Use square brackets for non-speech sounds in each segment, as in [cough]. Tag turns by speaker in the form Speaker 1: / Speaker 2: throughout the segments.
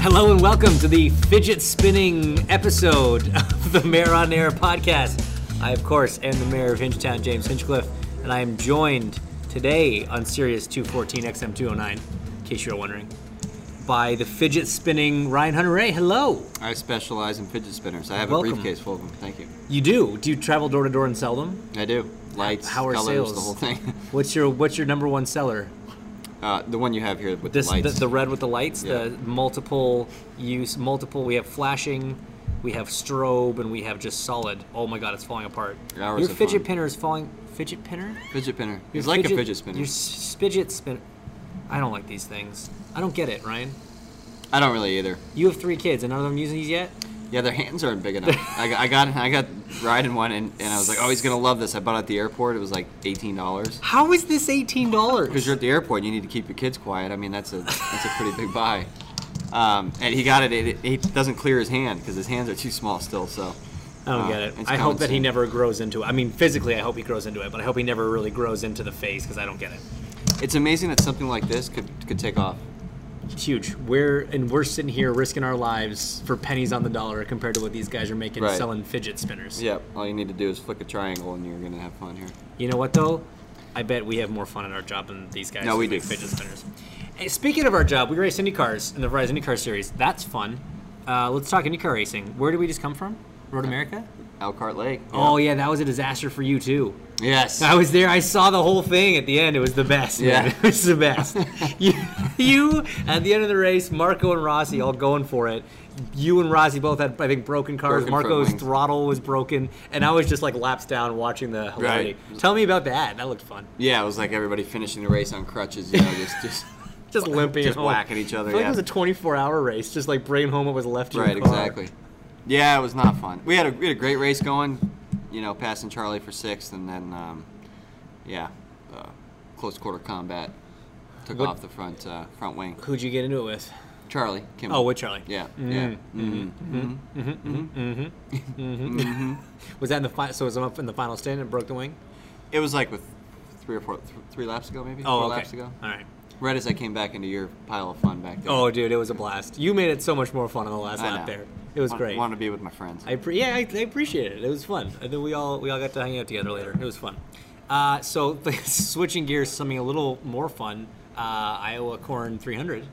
Speaker 1: Hello and welcome to the fidget spinning episode [laughs] of the Mayor on Air podcast. I, of course, am the mayor of Hinchtown, James Hinchcliffe, and I am joined today on Sirius 214 XM209, in case you're wondering, by the fidget spinning Ryan Hunter Ray. Hello.
Speaker 2: I specialize in fidget spinners. I have
Speaker 1: Welcome.
Speaker 2: a briefcase full of them. Thank you.
Speaker 1: You do? Do you travel door to door and sell them?
Speaker 2: I do. Lights,
Speaker 1: How are
Speaker 2: colors,
Speaker 1: sales?
Speaker 2: the whole thing. [laughs]
Speaker 1: What's your What's your number one seller?
Speaker 2: Uh, the one you have here with
Speaker 1: This
Speaker 2: the lights.
Speaker 1: the, the red with the lights, the
Speaker 2: Yeah.
Speaker 1: multiple use, multiple. We have flashing, we have strobe, and we have just solid. Oh my god, it's falling apart.
Speaker 2: Ours
Speaker 1: your
Speaker 2: are
Speaker 1: fidget
Speaker 2: fun.
Speaker 1: pinner is falling. Fidget pinner?
Speaker 2: fidget spinner.
Speaker 1: Your
Speaker 2: It's like a fidget spinner.
Speaker 1: Your s- fidget spin. I don't like these things. I don't get it, Ryan.
Speaker 2: I don't really either.
Speaker 1: You have three kids, and none of them using these yet.
Speaker 2: Yeah, their hands aren't big
Speaker 1: [laughs]
Speaker 2: enough. I, got- I got I got riding one and, and I was like, oh, he's gonna love this. I bought it at the airport. It was like eighteen dollars.
Speaker 1: How is this eighteen
Speaker 2: Because
Speaker 1: dollars?
Speaker 2: you're at the airport, you need to keep your kids quiet. I mean, that's a that's a pretty big buy. Um, and he got it. It, it. it doesn't clear his hand because his hands are too small still. So
Speaker 1: I don't
Speaker 2: uh,
Speaker 1: get it.
Speaker 2: it's
Speaker 1: I hope that he
Speaker 2: common
Speaker 1: never grows into it. I mean, physically, I hope he grows into it, but I hope he never really grows into the face because I don't get it.
Speaker 2: sense. It's amazing that something like this could could take off.
Speaker 1: It's huge. We're and we're sitting here risking our lives for pennies on the dollar compared to what these guys are making
Speaker 2: Right.
Speaker 1: selling fidget spinners.
Speaker 2: Yeah, all you need to do is flick a triangle and you're gonna have fun here.
Speaker 1: You know what though? I bet we have more fun at our job than these guys.
Speaker 2: No,
Speaker 1: who
Speaker 2: we
Speaker 1: make
Speaker 2: do.
Speaker 1: fidget spinners. Hey, speaking of our job, we race IndyCars in the Verizon IndyCar series. That's fun. Uh, let's talk IndyCar racing. Where did we just come from? Road
Speaker 2: Uh,
Speaker 1: America?
Speaker 2: Elkhart Lake.
Speaker 1: Oh yeah, that was a disaster for you too.
Speaker 2: Yes.
Speaker 1: [laughs] I was there. I saw the whole thing at the end. It was the best. man.
Speaker 2: Yeah.
Speaker 1: [laughs] it was the
Speaker 2: [laughs]
Speaker 1: best. you, you at the end of the race, Marco and Rossi all going for it. You and Rossi both had, I think, broken cars.
Speaker 2: Broken front
Speaker 1: Marco's
Speaker 2: wings.
Speaker 1: throttle was broken, and I was just like laps down watching the hilarity.
Speaker 2: Right.
Speaker 1: Tell me about that. That looked fun.
Speaker 2: Yeah, it was like everybody finishing the race on crutches, you know,
Speaker 1: [laughs]
Speaker 2: just just
Speaker 1: Just limping,
Speaker 2: just
Speaker 1: home.
Speaker 2: whacking each other.
Speaker 1: I feel like
Speaker 2: yeah.
Speaker 1: it was a 24-hour race, just like bringing home what was left. of your car.
Speaker 2: right, exactly. Yeah, it was not fun. We had a we had a great race going, you know, passing Charlie for sixth, and then um, yeah, uh, close quarter combat took
Speaker 1: What-
Speaker 2: off the front uh, front wing.
Speaker 1: Who'd you get into it with?
Speaker 2: Charlie. Kim.
Speaker 1: Oh, with Charlie.
Speaker 2: Yeah. Yeah. Mm-hmm.
Speaker 1: mm-hmm,
Speaker 2: [laughs]
Speaker 1: Was that in the final? So it was up in the final stint and broke the wing.
Speaker 2: It was like with three or four, th- three laps ago, maybe.
Speaker 1: Oh,
Speaker 2: four
Speaker 1: okay.
Speaker 2: laps ago.
Speaker 1: All right.
Speaker 2: Right as I came back into your pile of fun back there.
Speaker 1: Oh, dude, it was a blast. You made it so much more fun on the last
Speaker 2: I
Speaker 1: lap
Speaker 2: know.
Speaker 1: there. It was
Speaker 2: Wa-
Speaker 1: great.
Speaker 2: Wanted to be with my friends.
Speaker 1: I pre- yeah, I, I appreciate it. It was fun. And then we all we all got to hang out together later. It was fun. Uh, so [laughs] switching gears, to something a little more fun. Uh, Iowa Corn 300,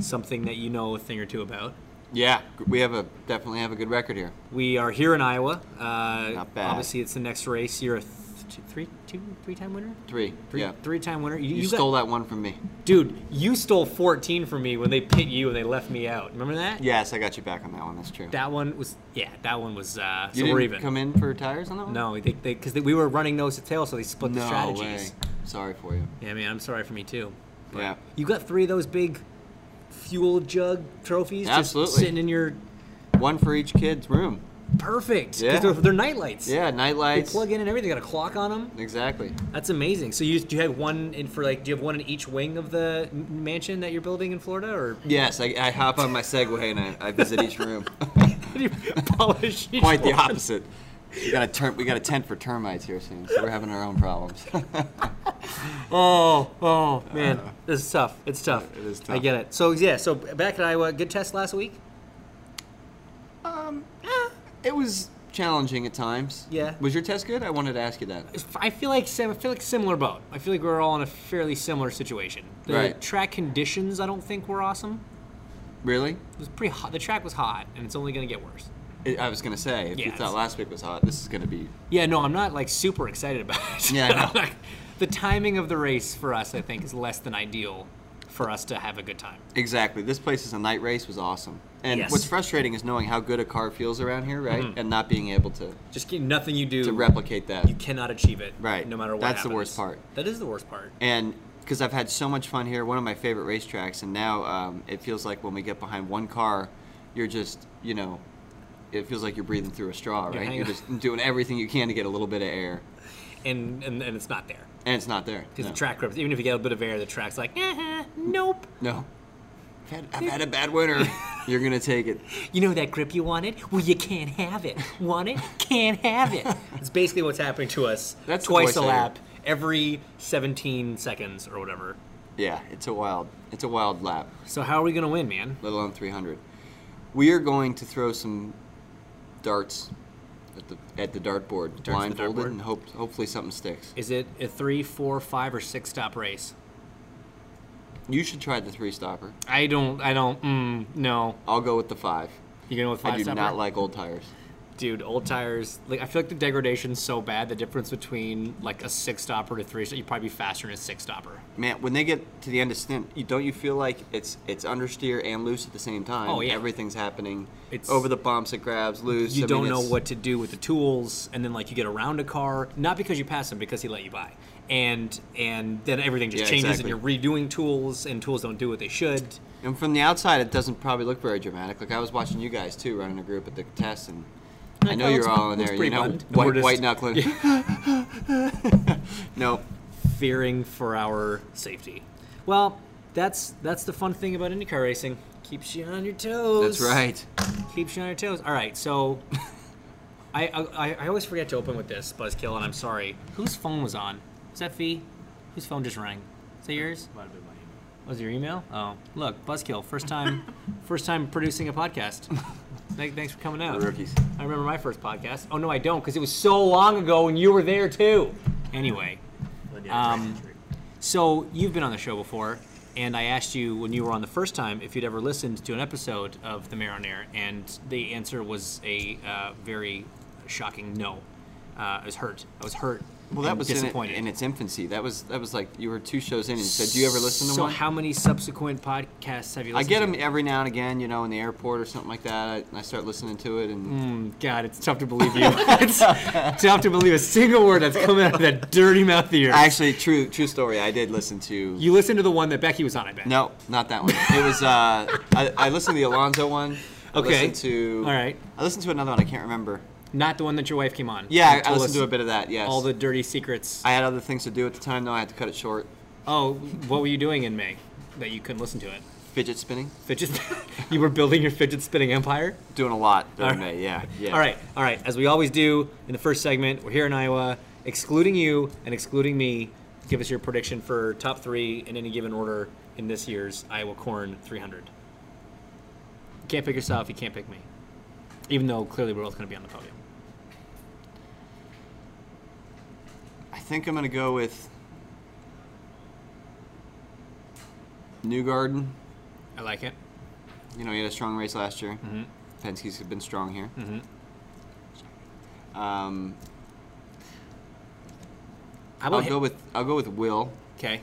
Speaker 1: something that you know a thing or two about.
Speaker 2: yeah, g- we have a definitely have a good record here.
Speaker 1: We are here in Iowa. Uh,
Speaker 2: Not bad.
Speaker 1: Obviously, it's the next race. You're a th- two, three, two, three-time winner.
Speaker 2: Three.
Speaker 1: Three,
Speaker 2: yeah.
Speaker 1: three-time winner.
Speaker 2: you
Speaker 1: got-
Speaker 2: stole that one from me.
Speaker 1: dude. You stole 14 from me when they pit you and they left me out. Remember that?
Speaker 2: Yes, I got you back on that one. That's true.
Speaker 1: That one was yeah. That one was uh, so
Speaker 2: you didn't
Speaker 1: we're even.
Speaker 2: come in for tires on that one.
Speaker 1: No, they because we were running nose to tail, so they split the
Speaker 2: No
Speaker 1: strategies.
Speaker 2: way. Sorry for you.
Speaker 1: Yeah, man, I'm sorry for me too.
Speaker 2: Yeah.
Speaker 1: You got three of those big fuel jug trophies
Speaker 2: Absolutely.
Speaker 1: just sitting in your
Speaker 2: One for each kid's room.
Speaker 1: perfect. 'cause
Speaker 2: Yeah.
Speaker 1: they're, they're night lights.
Speaker 2: Yeah. Night
Speaker 1: They
Speaker 2: lights.
Speaker 1: plug in and everything. Got a clock on them.
Speaker 2: Exactly.
Speaker 1: That's amazing. So you just, do you have one in for like do you have one in each wing of the m- mansion that you're building in Florida,
Speaker 2: [laughs]
Speaker 1: or
Speaker 2: Yes, I, I hop on my Segway and I, I visit each room. [laughs]
Speaker 1: do you polish each
Speaker 2: Quite the
Speaker 1: one?
Speaker 2: opposite. We got a ter- we got a tent for termites here soon, so we're having our own problems.
Speaker 1: Oh, oh man, this is tough. It's tough.
Speaker 2: Uh. It is
Speaker 1: I
Speaker 2: tough.
Speaker 1: get it. So yeah, so back at Iowa, good test last week.
Speaker 2: it was challenging at times.
Speaker 1: Yeah.
Speaker 2: Was your test good? I wanted to ask you that.
Speaker 1: I feel like sim- I feel like similar boat. I feel like we're all in a fairly similar situation. The
Speaker 2: Right.
Speaker 1: track conditions, I don't think were awesome.
Speaker 2: Really?
Speaker 1: It was pretty hot. The track was hot, and it's only going to get worse.
Speaker 2: I I was gonna say, if
Speaker 1: Yeah,
Speaker 2: you
Speaker 1: it's-
Speaker 2: thought last week was hot, this is gonna be.
Speaker 1: Yeah, no, I'm not like super excited about it.
Speaker 2: Yeah,
Speaker 1: [laughs]
Speaker 2: I know.
Speaker 1: Like, the timing of the race for us, I think, is less than ideal for us to have a good time.
Speaker 2: Exactly. This place is a night race was awesome. And
Speaker 1: Yes.
Speaker 2: what's frustrating is knowing how good a car feels around here, right? And not being able to
Speaker 1: Just get- nothing you do
Speaker 2: to replicate that.
Speaker 1: You cannot achieve it.
Speaker 2: Right.
Speaker 1: No matter what.
Speaker 2: That's the worst
Speaker 1: happens.
Speaker 2: part.
Speaker 1: That is the worst part.
Speaker 2: and because I've had so much fun here, one of my favorite racetracks, and now um, it feels like when we get behind one car, you're just, you know, it feels like you're breathing through a straw, right?
Speaker 1: hanging-
Speaker 2: You're just doing everything you can to get a little bit of air,
Speaker 1: And and, and it's not there
Speaker 2: and it's not there.
Speaker 1: because
Speaker 2: no.
Speaker 1: the track grips. Even if you get a bit of air, the track's like, eh, nope.
Speaker 2: No. I've had, I've had a bad
Speaker 1: [laughs]
Speaker 2: winter. You're gonna take it.
Speaker 1: You know that grip you wanted? Well, you can't have it. Want it? Can't have it. [laughs] it's basically what's happening to us
Speaker 2: That's the
Speaker 1: twice
Speaker 2: voice
Speaker 1: a
Speaker 2: I hear.
Speaker 1: lap, every 17 seconds or whatever.
Speaker 2: Yeah, it's a wild, it's a wild lap.
Speaker 1: So how are we gonna win, man?
Speaker 2: Let alone 300. We are going to throw some darts at the at the dartboard,
Speaker 1: the
Speaker 2: blindfolded,
Speaker 1: dartboard?
Speaker 2: and hope hopefully something sticks.
Speaker 1: Is it a three, four, five, or six stop race?
Speaker 2: You should try the three stopper.
Speaker 1: I don't. I don't. Mm, no.
Speaker 2: I'll go with the five.
Speaker 1: You gonna go with five
Speaker 2: I do
Speaker 1: stopper?
Speaker 2: not like old tires.
Speaker 1: Dude, old tires. Like I feel like the degradation's so bad. The difference between like a six stopper to three, so you'd probably be faster in a six stopper.
Speaker 2: Man, when they get to the end of stint, you, don't you feel like it's it's understeer and loose at the same time?
Speaker 1: Oh, yeah.
Speaker 2: everything's happening.
Speaker 1: It's-
Speaker 2: It's over the bumps, it grabs loose.
Speaker 1: You
Speaker 2: I mean,
Speaker 1: don't know
Speaker 2: it's-
Speaker 1: what to do with the tools, and then like you get around a car, not because you passed him, because he let you by, and and then everything just
Speaker 2: Yeah,
Speaker 1: changes,
Speaker 2: exactly.
Speaker 1: and you're redoing tools, and tools don't do what they should.
Speaker 2: And from the outside, it doesn't probably look very dramatic. Like I was watching you guys too running a group at the test, and I
Speaker 1: Like,
Speaker 2: know
Speaker 1: oh,
Speaker 2: you're
Speaker 1: looks-
Speaker 2: all in
Speaker 1: looks
Speaker 2: there, you
Speaker 1: pretty
Speaker 2: know,
Speaker 1: fun. And we're
Speaker 2: white,
Speaker 1: just-
Speaker 2: white knuckling. [laughs] no,
Speaker 1: fearing for our safety. Well, that's that's the fun thing about IndyCar racing. Keeps you on your toes.
Speaker 2: that's right.
Speaker 1: Keeps you on your toes. All right, so [laughs] I I, I always forget to open with this buzzkill, and I'm sorry. Whose phone was on? Is that Fee? Whose phone just rang? Is that yours?
Speaker 3: Might have been my email.
Speaker 1: Was it your email? Oh, look, buzzkill. First
Speaker 3: [laughs]
Speaker 1: time, first time producing a podcast. Thank- Thanks for coming out.
Speaker 2: Rookies.
Speaker 1: I remember my first podcast. Oh no, I don't, because it was so long ago, and you were there too. Anyway.
Speaker 3: But yeah, it's
Speaker 1: Um,
Speaker 3: actually true.
Speaker 1: So you've been on the show before, and I asked you when you were on the first time if you'd ever listened to an episode of The Mayor on Air, and the answer was a uh, very shocking no. Uh, I was hurt. I was hurt.
Speaker 2: Well, that
Speaker 1: and
Speaker 2: was in, it,
Speaker 1: disappointed.
Speaker 2: in its infancy. That was that was like you were two shows in, and you said, "Do you ever listen to
Speaker 1: so
Speaker 2: one?"
Speaker 1: how many subsequent podcasts have you? listened
Speaker 2: I get them
Speaker 1: To?
Speaker 2: every now and again, you know, in the airport or something like that. I, and I start listening to it, and
Speaker 1: Mm, God, it's tough to believe you. [laughs] it's tough to believe a single word that's coming out of that dirty mouth of yours.
Speaker 2: actually, true true story. I did listen to.
Speaker 1: you listened to the one that Becky was on, I bet.
Speaker 2: no, not that one. It was uh, I, I listened to the Alonzo one. I
Speaker 1: Okay.
Speaker 2: listened to.
Speaker 1: All right.
Speaker 2: I listened to another one. I can't remember.
Speaker 1: Not the one that your wife came on.
Speaker 2: Yeah,
Speaker 1: You
Speaker 2: I
Speaker 1: told
Speaker 2: listened
Speaker 1: us
Speaker 2: to a bit of that. Yes.
Speaker 1: All the dirty secrets.
Speaker 2: I had other things to do at the time, though. I had to cut it short.
Speaker 1: Oh, what were you doing in May that you couldn't listen to it?
Speaker 2: Fidget spinning.
Speaker 1: Fidget, [laughs] you were building your fidget spinning empire.
Speaker 2: Doing a lot during
Speaker 1: All right.
Speaker 2: May. Yeah. Yeah.
Speaker 1: All right, all right. As we always do in the first segment, we're here in Iowa, excluding you and excluding me. Give us your prediction for top three in any given order in this year's Iowa Corn 300. You can't pick yourself. You can't pick me, even though clearly we're both going to be on the podium.
Speaker 2: I think I'm gonna go with New Garden.
Speaker 1: I like it.
Speaker 2: You know, he had a strong race last year.
Speaker 1: Mm-hmm.
Speaker 2: Penske's been strong here. Um,
Speaker 1: How
Speaker 2: I'll
Speaker 1: about
Speaker 2: go with I'll go with Will.
Speaker 1: okay?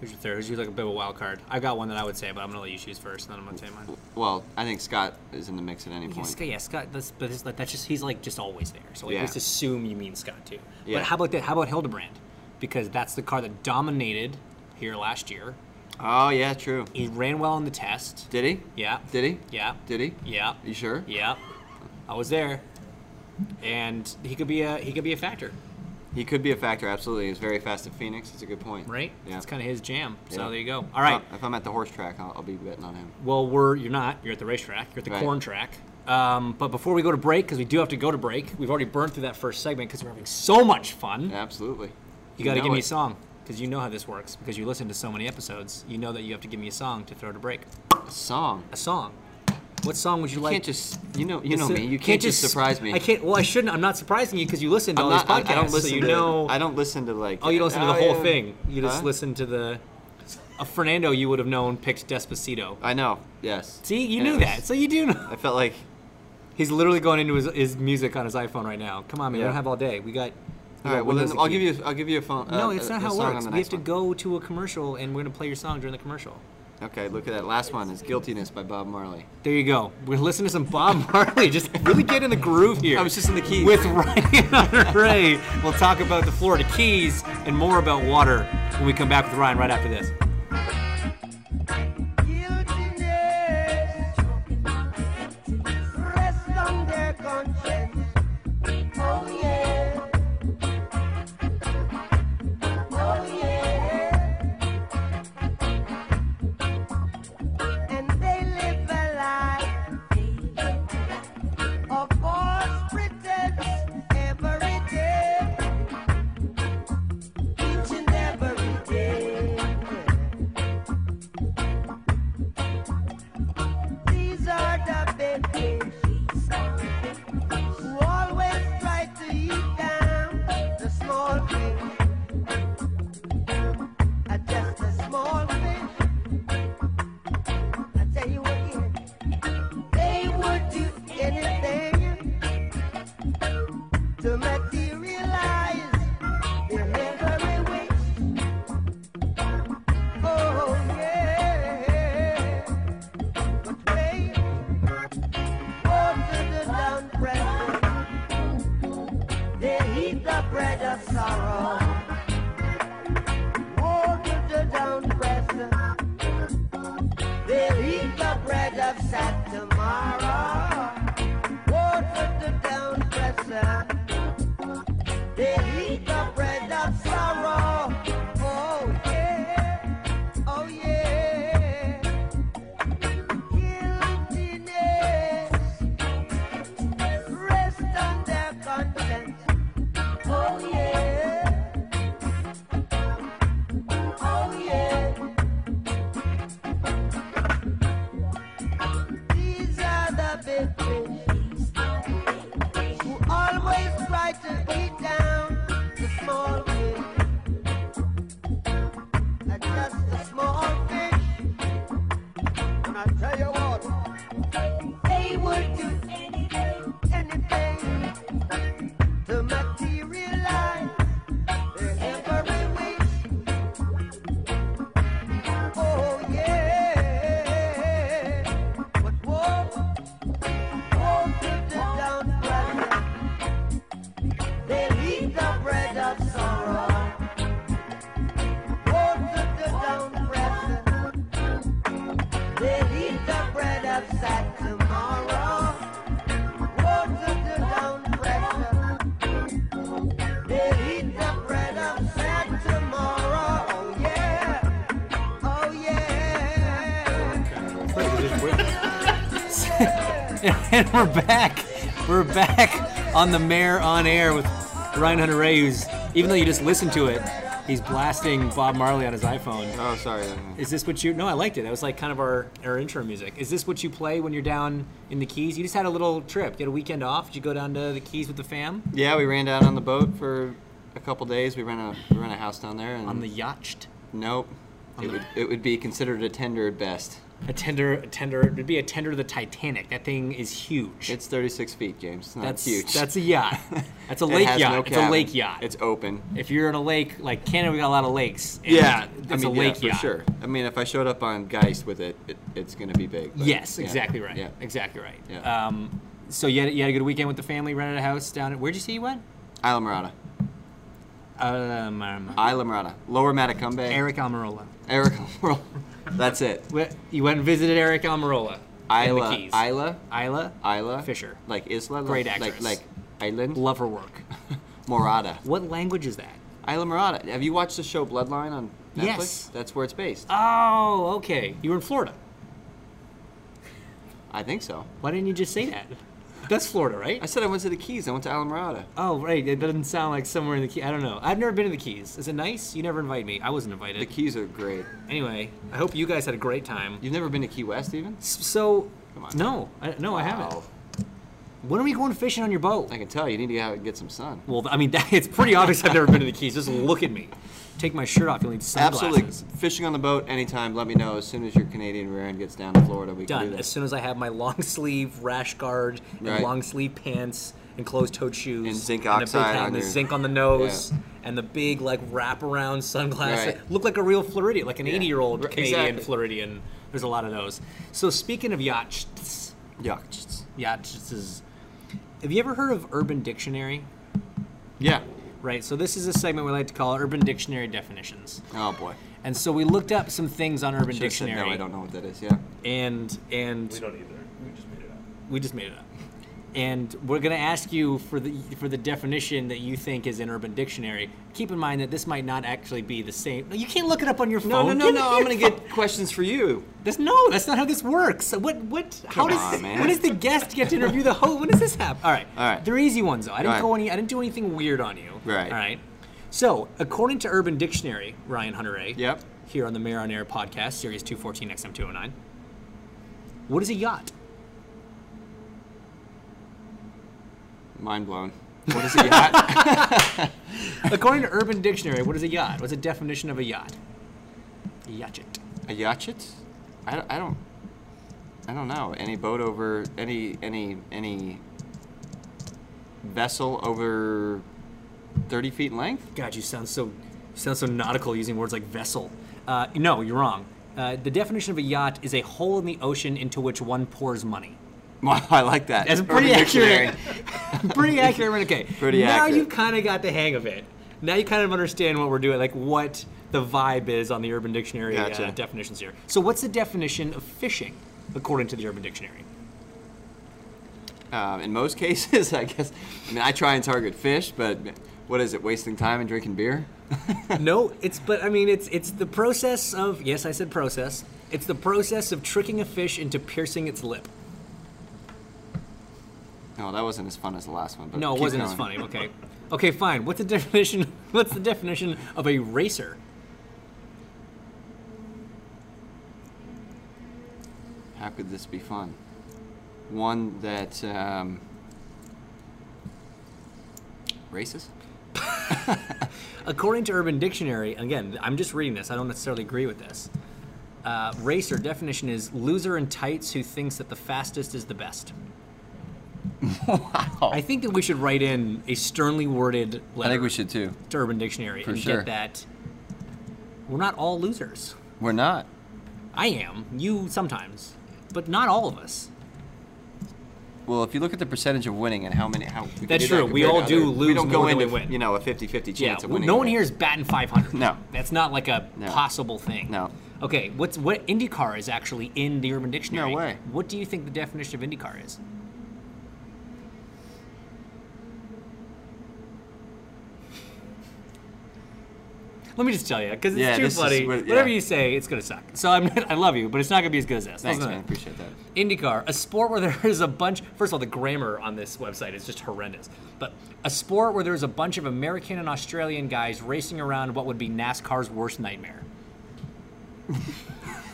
Speaker 1: Who's your third? Who's your like a bit of a wild card? I got one that I would say, but I'm going to let you choose first, and then I'm going to say mine.
Speaker 2: Well, I think Scott is in the mix at any
Speaker 1: Yeah,
Speaker 2: point.
Speaker 1: Scott, yeah, Scott. That's, but it's like, that's just he's like just always there. So like,
Speaker 2: Yeah.
Speaker 1: let's assume you mean Scott too.
Speaker 2: Yeah.
Speaker 1: But how about that? How about Hildebrand? Because that's the car that dominated here last year.
Speaker 2: Oh yeah, true.
Speaker 1: He ran well on the test.
Speaker 2: Did he?
Speaker 1: Yeah.
Speaker 2: Did he?
Speaker 1: Yeah.
Speaker 2: Did he?
Speaker 1: Yeah.
Speaker 2: You sure?
Speaker 1: Yeah. I was there. And he could be a he could be a factor,
Speaker 2: He could be a factor. Absolutely, he's very fast at Phoenix. It's a good point.
Speaker 1: right?
Speaker 2: Yeah.
Speaker 1: That's kind of his jam. So
Speaker 2: Yeah. Uh,
Speaker 1: there you go. All right.
Speaker 2: If I'm at the horse track, I'll, I'll be betting on him.
Speaker 1: Well, we're you're not. You're at the racetrack. You're at the
Speaker 2: Right.
Speaker 1: corn track. Um, but before we go to break, because we do have to go to break, we've already burned through that first segment because we're having so much fun.
Speaker 2: Absolutely.
Speaker 1: You got to
Speaker 2: know
Speaker 1: give me
Speaker 2: it.
Speaker 1: a song because you know how this works because you listen to so many episodes. You know that you have to give me a song to throw to break.
Speaker 2: A song.
Speaker 1: A song. What song would you
Speaker 2: You
Speaker 1: like?
Speaker 2: can't just you know you know
Speaker 1: Listen-
Speaker 2: me. You can't, just, surprise me.
Speaker 1: I can't. Well, I shouldn't. I'm not surprising you because you listen to
Speaker 2: I'm
Speaker 1: all
Speaker 2: not.
Speaker 1: these
Speaker 2: I,
Speaker 1: podcasts.
Speaker 2: I don't listen
Speaker 1: so you
Speaker 2: to.
Speaker 1: know.
Speaker 2: I don't listen to like.
Speaker 1: oh, you don't listen to the
Speaker 2: "Oh,
Speaker 1: whole
Speaker 2: yeah."
Speaker 1: thing. You just
Speaker 2: Huh?
Speaker 1: listen to the. Uh, Fernando, you would have known picked Despacito.
Speaker 2: I know. Yes.
Speaker 1: See, you
Speaker 2: And it
Speaker 1: knew
Speaker 2: was-
Speaker 1: that, so you do know.
Speaker 2: I felt like
Speaker 1: He's literally going into his, his music on his iPhone right now. Come on, man, we
Speaker 2: Yeah.
Speaker 1: don't have all day. We got. we
Speaker 2: All right.
Speaker 1: got
Speaker 2: Well,
Speaker 1: windows
Speaker 2: then
Speaker 1: to
Speaker 2: I'll
Speaker 1: keep.
Speaker 2: give you. I'll give you a phone.
Speaker 1: No,
Speaker 2: uh,
Speaker 1: it's
Speaker 2: a-
Speaker 1: not
Speaker 2: a
Speaker 1: how it
Speaker 2: song on
Speaker 1: works.
Speaker 2: the
Speaker 1: We have
Speaker 2: next
Speaker 1: to
Speaker 2: one.
Speaker 1: go to a commercial, and we're gonna play your song during the commercial.
Speaker 2: Okay. Look at that last one. It's "Guiltiness" by Bob Marley.
Speaker 1: There you go. We're listening to some Bob [laughs] Marley. Just really get in the groove here.
Speaker 2: I was just in the keys.
Speaker 1: with Ryan [laughs] Ray. We'll talk about the Florida Keys and more about water when we come back with Ryan right after this.
Speaker 4: guiltiness. Rest on their conscience. Oh yeah. Oh yeah. And they live a life of false pretense every day. Each and every day.
Speaker 3: Uh, Oh, Oh,
Speaker 4: just a small thing. And I tell you what, they would do anything, anything to materialize their every wish. Oh yeah, but whoa, whoa, put it down, brother. They eat the bread of sorrow. Won't look the down present. They eat the bread of sad tomorrow. Won't look the down present. They eat the bread of sad tomorrow. Oh yeah. Oh yeah.
Speaker 1: [laughs] and we're back. We're back on the Mayor on Air with Ryan Hunter Ray, who's, even though you just listened to it, he's blasting Bob Marley on his iPhone.
Speaker 2: Oh, sorry.
Speaker 1: Is this what you? No, I liked it. That was like kind of our, our intro music. Is this what you play when you're down in the Keys? You just had a little trip. You had a weekend off. Did you go down to the Keys with the fam
Speaker 2: Yeah, we ran down on the boat for a couple days. We rent a we rent a house down there. And
Speaker 1: on the yacht?
Speaker 2: nope, it would it would be considered a tender at best.
Speaker 1: A tender, a tender. It'd be a tender of the Titanic. That thing is huge.
Speaker 2: It's 36 feet, James. It's not
Speaker 1: that's
Speaker 2: huge.
Speaker 1: That's a yacht. That's a
Speaker 2: [laughs] It
Speaker 1: lake
Speaker 2: has
Speaker 1: yacht.
Speaker 2: no
Speaker 1: it's a
Speaker 2: cabin.
Speaker 1: lake yacht.
Speaker 2: It's open.
Speaker 1: if you're in a lake like Canada, we got a lot of lakes. and it's
Speaker 2: I mean,
Speaker 1: a
Speaker 2: [laughs] yeah,
Speaker 1: lake
Speaker 2: for
Speaker 1: yacht.
Speaker 2: sure. I mean, if I showed up on Geist with it, it it's gonna be big. but
Speaker 1: Yes,
Speaker 2: yeah,
Speaker 1: exactly right.
Speaker 2: Yeah,
Speaker 1: Exactly right.
Speaker 2: Yeah.
Speaker 1: Um, so you had, you had a good weekend with the family, rented a house down at, where'd you say you went?
Speaker 2: Isla Morada,
Speaker 1: Um, um,
Speaker 2: Isla Morada, Lower Matacumbe,
Speaker 1: Eric Almirola.
Speaker 2: Eric, [laughs] World. That's it.
Speaker 1: [laughs] Wh- You went and visited Eric Almirola. in the
Speaker 2: Isla,
Speaker 1: Keys.
Speaker 2: Isla,
Speaker 1: Isla.
Speaker 2: Isla
Speaker 1: Fisher.
Speaker 2: like Isla, like-
Speaker 1: Great
Speaker 2: like,
Speaker 1: actress.
Speaker 2: like Island
Speaker 1: Love her work.
Speaker 2: Morada.
Speaker 1: What language is that?
Speaker 2: Isla Morada. Have you watched the show Bloodline on Netflix?
Speaker 1: Yes.
Speaker 2: That's where it's based.
Speaker 1: Oh, okay. You were in Florida.
Speaker 2: I think so.
Speaker 1: Why didn't you just say that? That's Florida, right?
Speaker 2: I said I went to the Keys. I went to Isla Morada.
Speaker 1: Oh, right. It doesn't sound like somewhere in the Keys. I don't know. I've never been to the Keys. Is it nice? You never invite me. I wasn't invited.
Speaker 2: The Keys are great.
Speaker 1: Anyway, I hope you guys had a great time.
Speaker 2: You've never been to Key West, even?
Speaker 1: S- So,
Speaker 2: Come on.
Speaker 1: no, I, no, I haven't.
Speaker 2: Wow.
Speaker 1: When are we going fishing on your boat?
Speaker 2: I can tell. You need to get out and get some sun.
Speaker 1: Well, I mean, [laughs] that, it's pretty obvious I've never been to the Keys. Just look at me. Take my shirt off. You'll need sunglasses.
Speaker 2: Absolutely. Fishing on the boat anytime. Let me know as soon as your Canadian rear end gets down to Florida. We can
Speaker 1: Done.
Speaker 2: do
Speaker 1: As
Speaker 2: this.
Speaker 1: soon as I have my long sleeve rash guard and
Speaker 2: Right.
Speaker 1: long sleeve pants and closed toed shoes
Speaker 2: And zinc
Speaker 1: the big
Speaker 2: oxide
Speaker 1: hat
Speaker 2: on
Speaker 1: and the
Speaker 2: your-
Speaker 1: zinc on the nose and the big like wraparound sunglasses,
Speaker 2: Right.
Speaker 1: look like a real Floridian, like an
Speaker 2: Yeah.
Speaker 1: eighty year old
Speaker 2: Right,
Speaker 1: Canadian
Speaker 2: exactly.
Speaker 1: Floridian. There's a lot of those. So speaking of yachts,
Speaker 2: Yuck. Just-
Speaker 1: yachts, have you ever heard of Urban Dictionary?
Speaker 2: Yeah.
Speaker 1: Right. So this is a segment we like to call Urban Dictionary definitions.
Speaker 2: Oh boy.
Speaker 1: And so we looked up some things on Urban
Speaker 2: Should've said
Speaker 1: Dictionary,
Speaker 2: no, I don't know what that is. Yeah.
Speaker 1: and and
Speaker 3: We don't either. We just made it up.
Speaker 1: we just made it up. And we're gonna ask you for the for the definition that you think is in Urban Dictionary. Keep in mind that this might not actually be the same. You can't look it up on your
Speaker 2: No,
Speaker 1: phone.
Speaker 2: no, no,
Speaker 1: Get
Speaker 2: no.
Speaker 1: it
Speaker 2: I'm
Speaker 1: here.
Speaker 2: gonna get questions for you.
Speaker 1: That's no. That's not how this works. What what? How
Speaker 2: Come
Speaker 1: does
Speaker 2: on, man.
Speaker 1: when does the guest get to interview the host? When does this happen? All right.
Speaker 2: All right.
Speaker 1: They're easy ones though. I didn't
Speaker 2: All right.
Speaker 1: go any. I didn't do anything weird on you.
Speaker 2: Right.
Speaker 1: All right. So according to Urban Dictionary, Ryan Hunter A.
Speaker 2: Yep.
Speaker 1: Here on the Mayor on Air podcast, series two fourteen XM two hundred nine. What is a yacht?
Speaker 2: Mind blown. What is a yacht?
Speaker 1: According to Urban Dictionary, what is a yacht? What's the definition of a yacht? Yacht.
Speaker 2: a yacht? I, don't- I don't. I don't know. Any boat over any any any vessel over thirty feet in length? [laughs]
Speaker 1: God, you sound so you sound so nautical using words like vessel. Uh, no, you're wrong. Uh, the definition of a yacht is a hole in the ocean into which one pours money.
Speaker 2: Wow, I like that.
Speaker 1: That's
Speaker 2: Urban
Speaker 1: pretty accurate.
Speaker 2: Dictionary.
Speaker 1: [laughs] pretty accurate. Urban- Okay.
Speaker 2: Pretty
Speaker 1: now
Speaker 2: accurate.
Speaker 1: you've kind of got the hang of it. Now you kind of understand what we're doing, like what the vibe is on the Urban Dictionary uh,
Speaker 2: Gotcha.
Speaker 1: definitions here. So, what's the definition of fishing according to the Urban Dictionary?
Speaker 2: Um, in most [laughs] cases, I guess. I mean, I try and target fish, but what is it? Wasting time and drinking beer? [laughs]
Speaker 1: No, it's but I mean it's it's the process of yes, I said process. It's the process of tricking a fish into piercing its lip.
Speaker 2: No, that wasn't as fun as the last one. But
Speaker 1: No, it
Speaker 2: Oh, keep
Speaker 1: wasn't as
Speaker 2: going.
Speaker 1: funny. Okay. Okay, fine. What's the [laughs] definition what's the definition of a racer?
Speaker 2: How could this be fun? One that um, races.
Speaker 1: According to Urban Dictionary, again, I'm just reading this. I don't necessarily agree with this. Uh, racer definition is loser in tights who thinks that the fastest is the
Speaker 2: [laughs]
Speaker 1: best. wow. I think that we should write in a sternly worded
Speaker 2: I
Speaker 1: letter
Speaker 2: think we should too.
Speaker 1: to Urban Dictionary
Speaker 2: For
Speaker 1: and
Speaker 2: sure.
Speaker 1: get that we're not all losers.
Speaker 2: We're not.
Speaker 1: I am, you sometimes, but not all of us.
Speaker 2: Well, if you look at the percentage of winning and how many, how we
Speaker 1: That's
Speaker 2: do that
Speaker 1: true. We
Speaker 2: compared to
Speaker 1: all do
Speaker 2: other- We
Speaker 1: lose
Speaker 2: don't
Speaker 1: more
Speaker 2: go
Speaker 1: than
Speaker 2: into
Speaker 1: we win.
Speaker 2: you know a 50-50 chance
Speaker 1: Yeah,
Speaker 2: of
Speaker 1: well,
Speaker 2: winning.
Speaker 1: no one
Speaker 2: right?
Speaker 1: here is batting 500.
Speaker 2: No.
Speaker 1: that's not like a
Speaker 2: No.
Speaker 1: possible thing.
Speaker 2: No.
Speaker 1: Okay, what's what IndyCar is actually in the Urban Dictionary?
Speaker 2: No way.
Speaker 1: What do you think the definition of IndyCar is? Let me just tell you, because it's
Speaker 2: Yeah,
Speaker 1: too
Speaker 2: this is
Speaker 1: funny.
Speaker 2: what- yeah.
Speaker 1: Whatever you say, it's gonna suck. So I'm, [laughs] I love you, but it's not gonna be as good as this.
Speaker 2: Thanks,
Speaker 1: Listen to that.
Speaker 2: man. Appreciate that. [laughs]
Speaker 1: IndyCar, a sport where there is a bunch. First of all, the grammar on this website is just horrendous. But a sport where there's a bunch of American and Australian guys racing around what would be NASCAR's worst nightmare.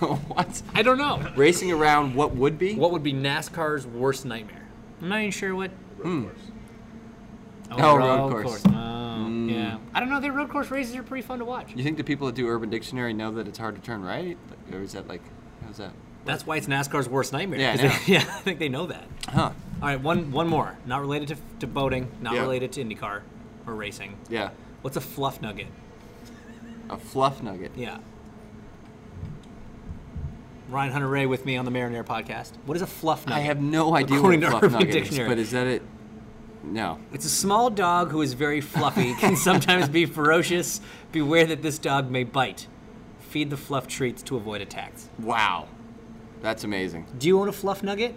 Speaker 2: what?
Speaker 1: I don't know.
Speaker 2: Racing around what would be?
Speaker 1: What would be NASCAR's worst nightmare? I'm not even sure what.
Speaker 2: Oh, road course. Mm.
Speaker 1: Oh, Yeah. I don't know. Their road course races are pretty fun to watch.
Speaker 2: You think the people that do Urban Dictionary know that it's hard to turn right, or is that like, how's that?
Speaker 1: That's why it's NASCAR's worst nightmare.
Speaker 2: Yeah, I
Speaker 1: 'cause they- [laughs] yeah. I think they know that.
Speaker 2: Huh?
Speaker 1: All right, one one more. Not related to, to boating. Not
Speaker 2: Yeah.
Speaker 1: related to IndyCar or racing.
Speaker 2: Yeah.
Speaker 1: What's a fluff nugget?
Speaker 2: A fluff nugget.
Speaker 1: Yeah. Ryan Hunter Ray with me on the Marinair podcast. What is a fluff
Speaker 2: I
Speaker 1: nugget?
Speaker 2: have no idea
Speaker 1: According
Speaker 2: what
Speaker 1: to
Speaker 2: a fluff
Speaker 1: Urban
Speaker 2: nugget
Speaker 1: Dictionary.
Speaker 2: is, but is that it? No.
Speaker 1: It's a small dog who is very [laughs] fluffy, can sometimes be ferocious. Beware that this dog may bite. Feed the fluff treats to avoid attacks.
Speaker 2: Wow. That's amazing.
Speaker 1: Do you own a fluff nugget?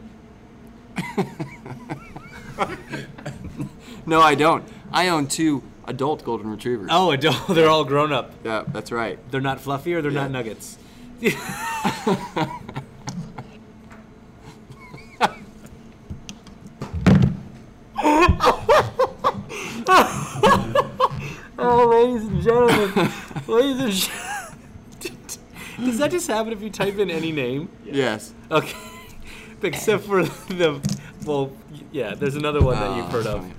Speaker 2: No, I don't. I own two adult golden retrievers.
Speaker 1: Oh, I don't. [laughs] They're all grown up.
Speaker 2: Yeah, that's right.
Speaker 1: They're not fluffy or they're
Speaker 2: Yeah.
Speaker 1: not nuggets. oh, ladies and [laughs] gentlemen, ladies and gentlemen. [laughs] Does that just happen if you type in any name?
Speaker 2: Yes.
Speaker 1: Okay. [laughs] Except for the, well, y- yeah, there's another one that
Speaker 2: Oh,
Speaker 1: you've heard
Speaker 2: that's
Speaker 1: of.
Speaker 2: funny.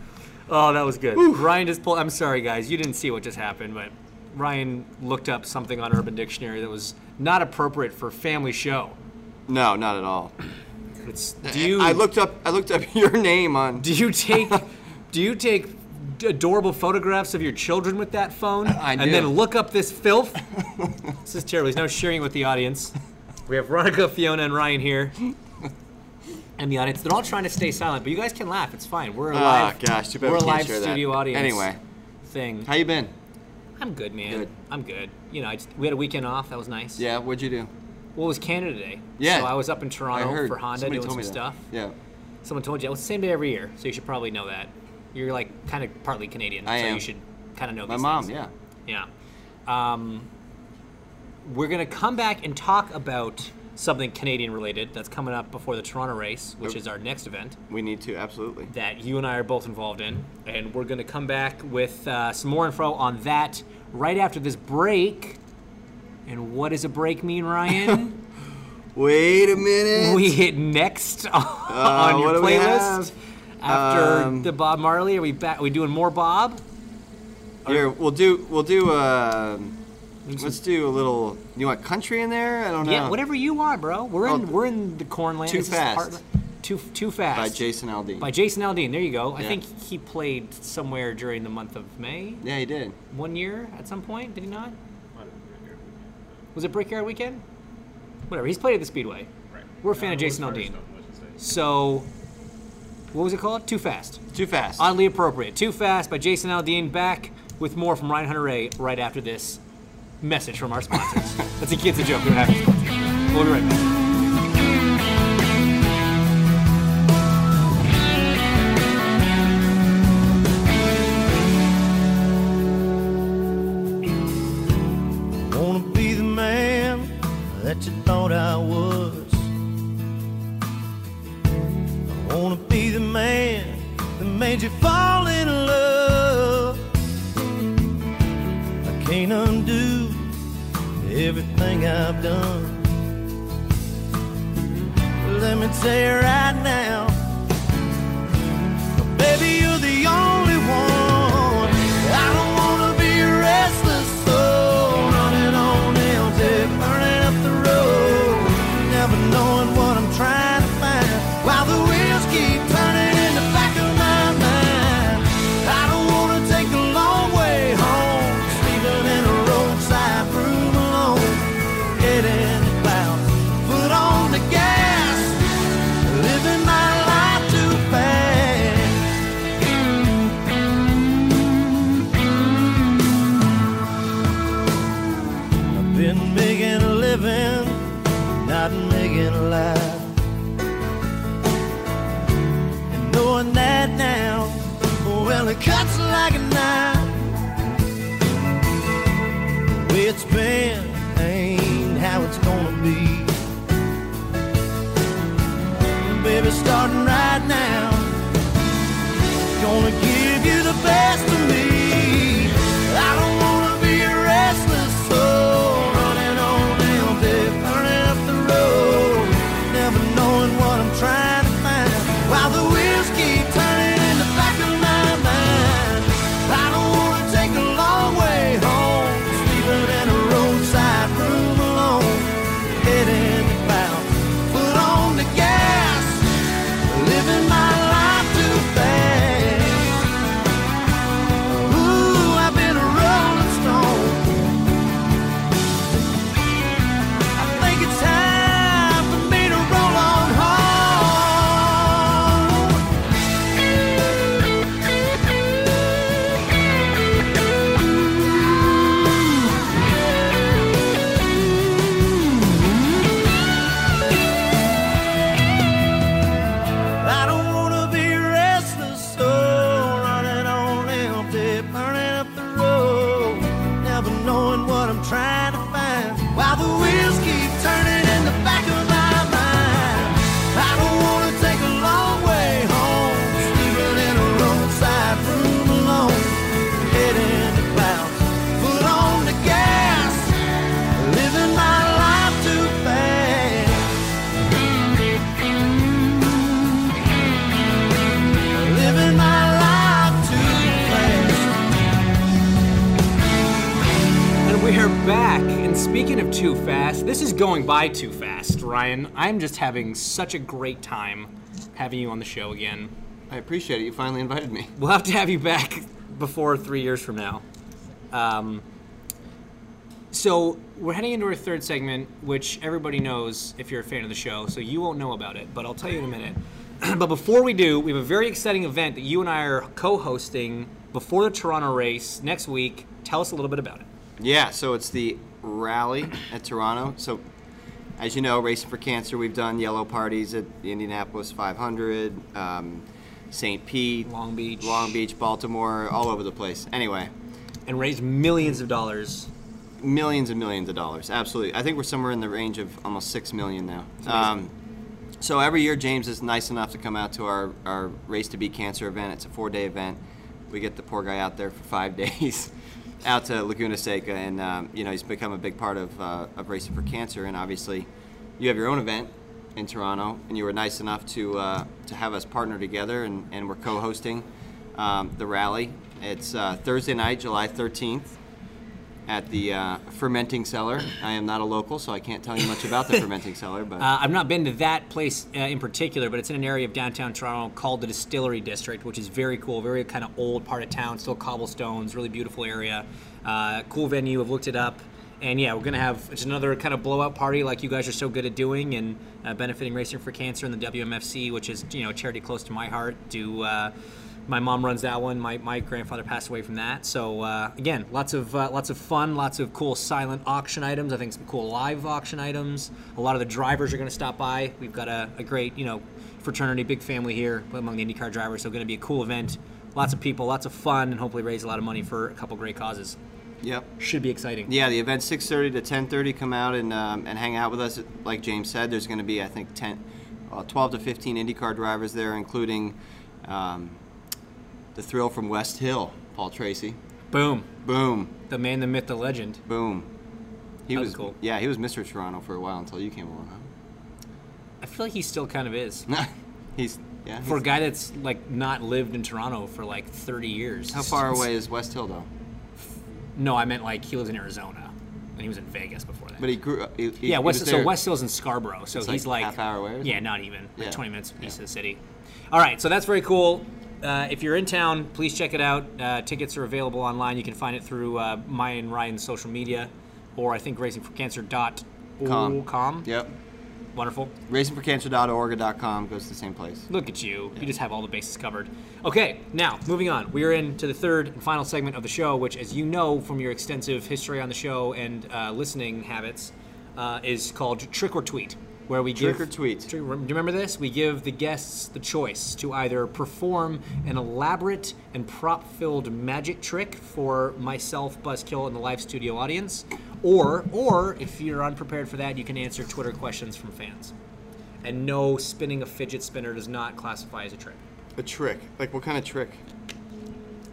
Speaker 1: Oh, that was good. Ryan just pulled. I'm sorry, guys. You didn't see what just happened, but Ryan looked up something on Urban Dictionary that was not appropriate for family show.
Speaker 2: No, not at all.
Speaker 1: It's do you
Speaker 2: [laughs] I looked up. I looked up your name on.
Speaker 1: do you
Speaker 2: [laughs]
Speaker 1: take do you take d- adorable photographs of your children with that phone
Speaker 2: I
Speaker 1: and then
Speaker 2: do.
Speaker 1: look up this filth?
Speaker 2: [laughs]
Speaker 1: this is terrible. He's now sharing with the audience. We have Veronica, Fiona, and Ryan here. And the audience, they're all trying to stay silent, but you guys can laugh. It's fine. We're a
Speaker 2: Ah,
Speaker 1: live,
Speaker 2: gosh, too bad
Speaker 1: we're
Speaker 2: we
Speaker 1: a
Speaker 2: can't
Speaker 1: live
Speaker 2: share that.
Speaker 1: studio audience
Speaker 2: Anyway,
Speaker 1: thing.
Speaker 2: how you been?
Speaker 1: I'm good, man.
Speaker 2: Good.
Speaker 1: I'm good. You know, I just, we had a weekend off. That was nice.
Speaker 2: Yeah, what'd you do?
Speaker 1: Well, it was Canada Day.
Speaker 2: Yeah.
Speaker 1: So I was up in Toronto
Speaker 2: I heard
Speaker 1: for Honda
Speaker 2: Somebody
Speaker 1: doing
Speaker 2: told
Speaker 1: some
Speaker 2: me that.
Speaker 1: stuff.
Speaker 2: Yeah,
Speaker 1: Someone told you. Well, it's the same day every year, so you should probably know that. You're like kind of partly Canadian,
Speaker 2: I
Speaker 1: so you
Speaker 2: am.
Speaker 1: should kind of know.
Speaker 2: my
Speaker 1: these
Speaker 2: mom.
Speaker 1: things.
Speaker 2: Yeah.
Speaker 1: Yeah. Um, we're going to come back and talk about something Canadian related that's coming up before the Toronto race, which
Speaker 2: Okay.
Speaker 1: is our next event
Speaker 2: We need to absolutely.
Speaker 1: that you and I are both involved in. And we're going to come back with uh, some more info on that right after this break. And what does a break mean, Ryan?
Speaker 2: [laughs] Wait a minute.
Speaker 1: we hit next [laughs] on
Speaker 2: Uh,
Speaker 1: your
Speaker 2: what do we
Speaker 1: playlist.
Speaker 2: have?
Speaker 1: After
Speaker 2: Um,
Speaker 1: the Bob Marley, are we back? Are we doing more Bob?
Speaker 2: Here, we'll do. We'll do. Um, let's do a little. You want country in there? I don't know.
Speaker 1: Yeah, whatever you want, bro. We're in
Speaker 2: Um, Oh,
Speaker 1: we're in the corn land.
Speaker 2: Too
Speaker 1: This is
Speaker 2: Fast.
Speaker 1: part- Too too fast.
Speaker 2: By Jason Aldean.
Speaker 1: By Jason Aldean. There you go. I
Speaker 2: Yeah.
Speaker 1: think he played somewhere during the month of May.
Speaker 2: yeah, he did.
Speaker 1: One year at some point, did he not? Was it Brickyard Weekend? Whatever. He's played at the Speedway. Right. We're a fan of Jason Aldean. So, what was it called? Too fast.
Speaker 2: Too fast.
Speaker 1: Oddly appropriate. Too fast by Jason Aldean. Back with more from Ryan Hunter Ray right after this message from our sponsors.
Speaker 2: [laughs]
Speaker 1: That's a kid's a joke. We don't have any sponsors. We'll be right back.
Speaker 3: Gonna be the man that you thought I was. I wanna be the man that made you fall in love. I can't undo everything I've done. Let me tell you right now. Baby, you're the only one. I don't wanna be restless. not making a life. And knowing that now, well, it cuts like a knife. The way it's been ain't how it's gonna be. Baby, starting right now, gonna give you the best of me. I don't wanna be a restless soul, running on empty, burning up the road, never knowing what I'm trying to find. While the wheels keep turning in the back of my mind, I don't wanna take a long way home, sleeping in a roadside room alone, head in the clouds, foot on the gas, living my life too fast. Ooh, I've been a rolling stone. I think it's time for me to roll on home. I don't wanna be a restless soul, running on empty, burning up the road, never knowing what I'm trying to find. While the wheels keep turning in the back of my mind, I don't wanna take a long way home, sleeping in a roadside room alone, head in the clouds, foot on the gas, living my life too fast. Living my life too fast.
Speaker 1: And we are back. And speaking of too fast, this is going by too fast, Ryan. I'm just having such a great time having you on the show again.
Speaker 2: I appreciate it. You finally invited me.
Speaker 1: We'll have to have you back before three years from now. Um, so we're heading into our third segment, which everybody knows if you're a fan of the show, so you won't know about it, but I'll tell you in a minute. [clears throat] but before we do, we have a very exciting event that you and I are co-hosting before the Toronto race next week. Tell us a little bit about it.
Speaker 2: Yeah, so it's the rally at Toronto. So, as you know, Racing for Cancer, we've done yellow parties at the Indianapolis 500, um, St. Pete,
Speaker 1: Long Beach.
Speaker 2: Long Beach, Baltimore, all over the place. Anyway,
Speaker 1: And raise millions of dollars.
Speaker 2: millions and millions of dollars. Absolutely. I think we're somewhere in the range of almost six million now. Um, so every year, James is nice enough to come out to our, our Race to Beat Cancer event. It's a four day event. We get the poor guy out there for five [laughs] days, out to Laguna Seca, and um, you know he's become a big part of uh, of Racing for Cancer. And obviously, you have your own event in Toronto, and you were nice enough to uh, to have us partner together, and, and we're co-hosting um, the rally. It's uh, Thursday night, July 13th at the uh, fermenting cellar. I am not a local, so I can't tell you much about the fermenting cellar, but
Speaker 1: Uh, I've not been to that place uh, in particular, but it's in an area of downtown Toronto called the Distillery District, which is very cool, very kind of old part of town, still cobblestones, really beautiful area. Uh, cool venue, I've looked it up. And yeah, we're going to have it's another kind of blowout party like you guys are so good at doing and uh, benefiting Racing for Cancer and the WMFC, which is, you know, a charity close to my heart. Do uh, my mom runs that one. My, my grandfather passed away from that. So uh, again, lots of uh, lots of fun, lots of cool silent auction items. I think some cool live auction items. A lot of the drivers are going to stop by. We've got a, a great you know fraternity, big family here among the IndyCar drivers. So going to be a cool event. Lots of people, lots of fun, and hopefully raise a lot of money for a couple great causes.
Speaker 2: yep.
Speaker 1: Should be exciting.
Speaker 2: Yeah, the event's 6:30 to 10:30. Come out and um, and hang out with us. Like James said, there's going to be I think 10, uh, 12 to 15 IndyCar drivers there, including um, the thrill from West Hill, Paul Tracy.
Speaker 1: Boom.
Speaker 2: Boom,
Speaker 1: The man, the myth, the legend.
Speaker 2: boom. He
Speaker 1: That was
Speaker 2: was
Speaker 1: cool.
Speaker 2: yeah, he was Mr. Toronto for a while until you came along.
Speaker 1: I feel like he still kind of is.
Speaker 2: Huh? [laughs] he's yeah.
Speaker 1: For a
Speaker 2: he's-
Speaker 1: guy that's like not lived in Toronto for like 30 years.
Speaker 2: how far away is West Hill though?
Speaker 1: No, I meant like he lives in Arizona, and he was in Vegas before that.
Speaker 2: But he grew. up- He, he-
Speaker 1: yeah,
Speaker 2: he
Speaker 1: West.
Speaker 2: was
Speaker 1: So
Speaker 2: there-
Speaker 1: West Hill's in Scarborough, so
Speaker 2: It's
Speaker 1: he's like
Speaker 2: like half hour away or
Speaker 1: Yeah,
Speaker 2: something?
Speaker 1: not even. Like
Speaker 2: Yeah.
Speaker 1: 20 minutes east of
Speaker 2: Yeah.
Speaker 1: the city. All right, so that's very cool. Uh, if you're in town, please check it out. Uh, tickets are available online. You can find it through uh, my and Ryan's social media, or I think
Speaker 2: Com.
Speaker 1: racingforcancer.com.
Speaker 2: Yep.
Speaker 1: Wonderful.
Speaker 2: racingforcancer.org or .com goes to the same place.
Speaker 1: Look at you. You just have all the bases covered. Okay, now moving on. We are into the third and final segment of the show, which, as you know from your extensive history on the show and uh, listening habits, uh, is called Trick or Tweet. where we
Speaker 2: Trick
Speaker 1: give
Speaker 2: or tweet.
Speaker 1: Trick- do you remember this? We give the guests the choice to either perform an elaborate and prop-filled magic trick for myself, Buzzkill, and the live studio audience, or or if you're unprepared for that, you can answer Twitter questions from fans. And no, spinning a fidget spinner does not classify as a trick.
Speaker 2: A trick. Like what kind of trick?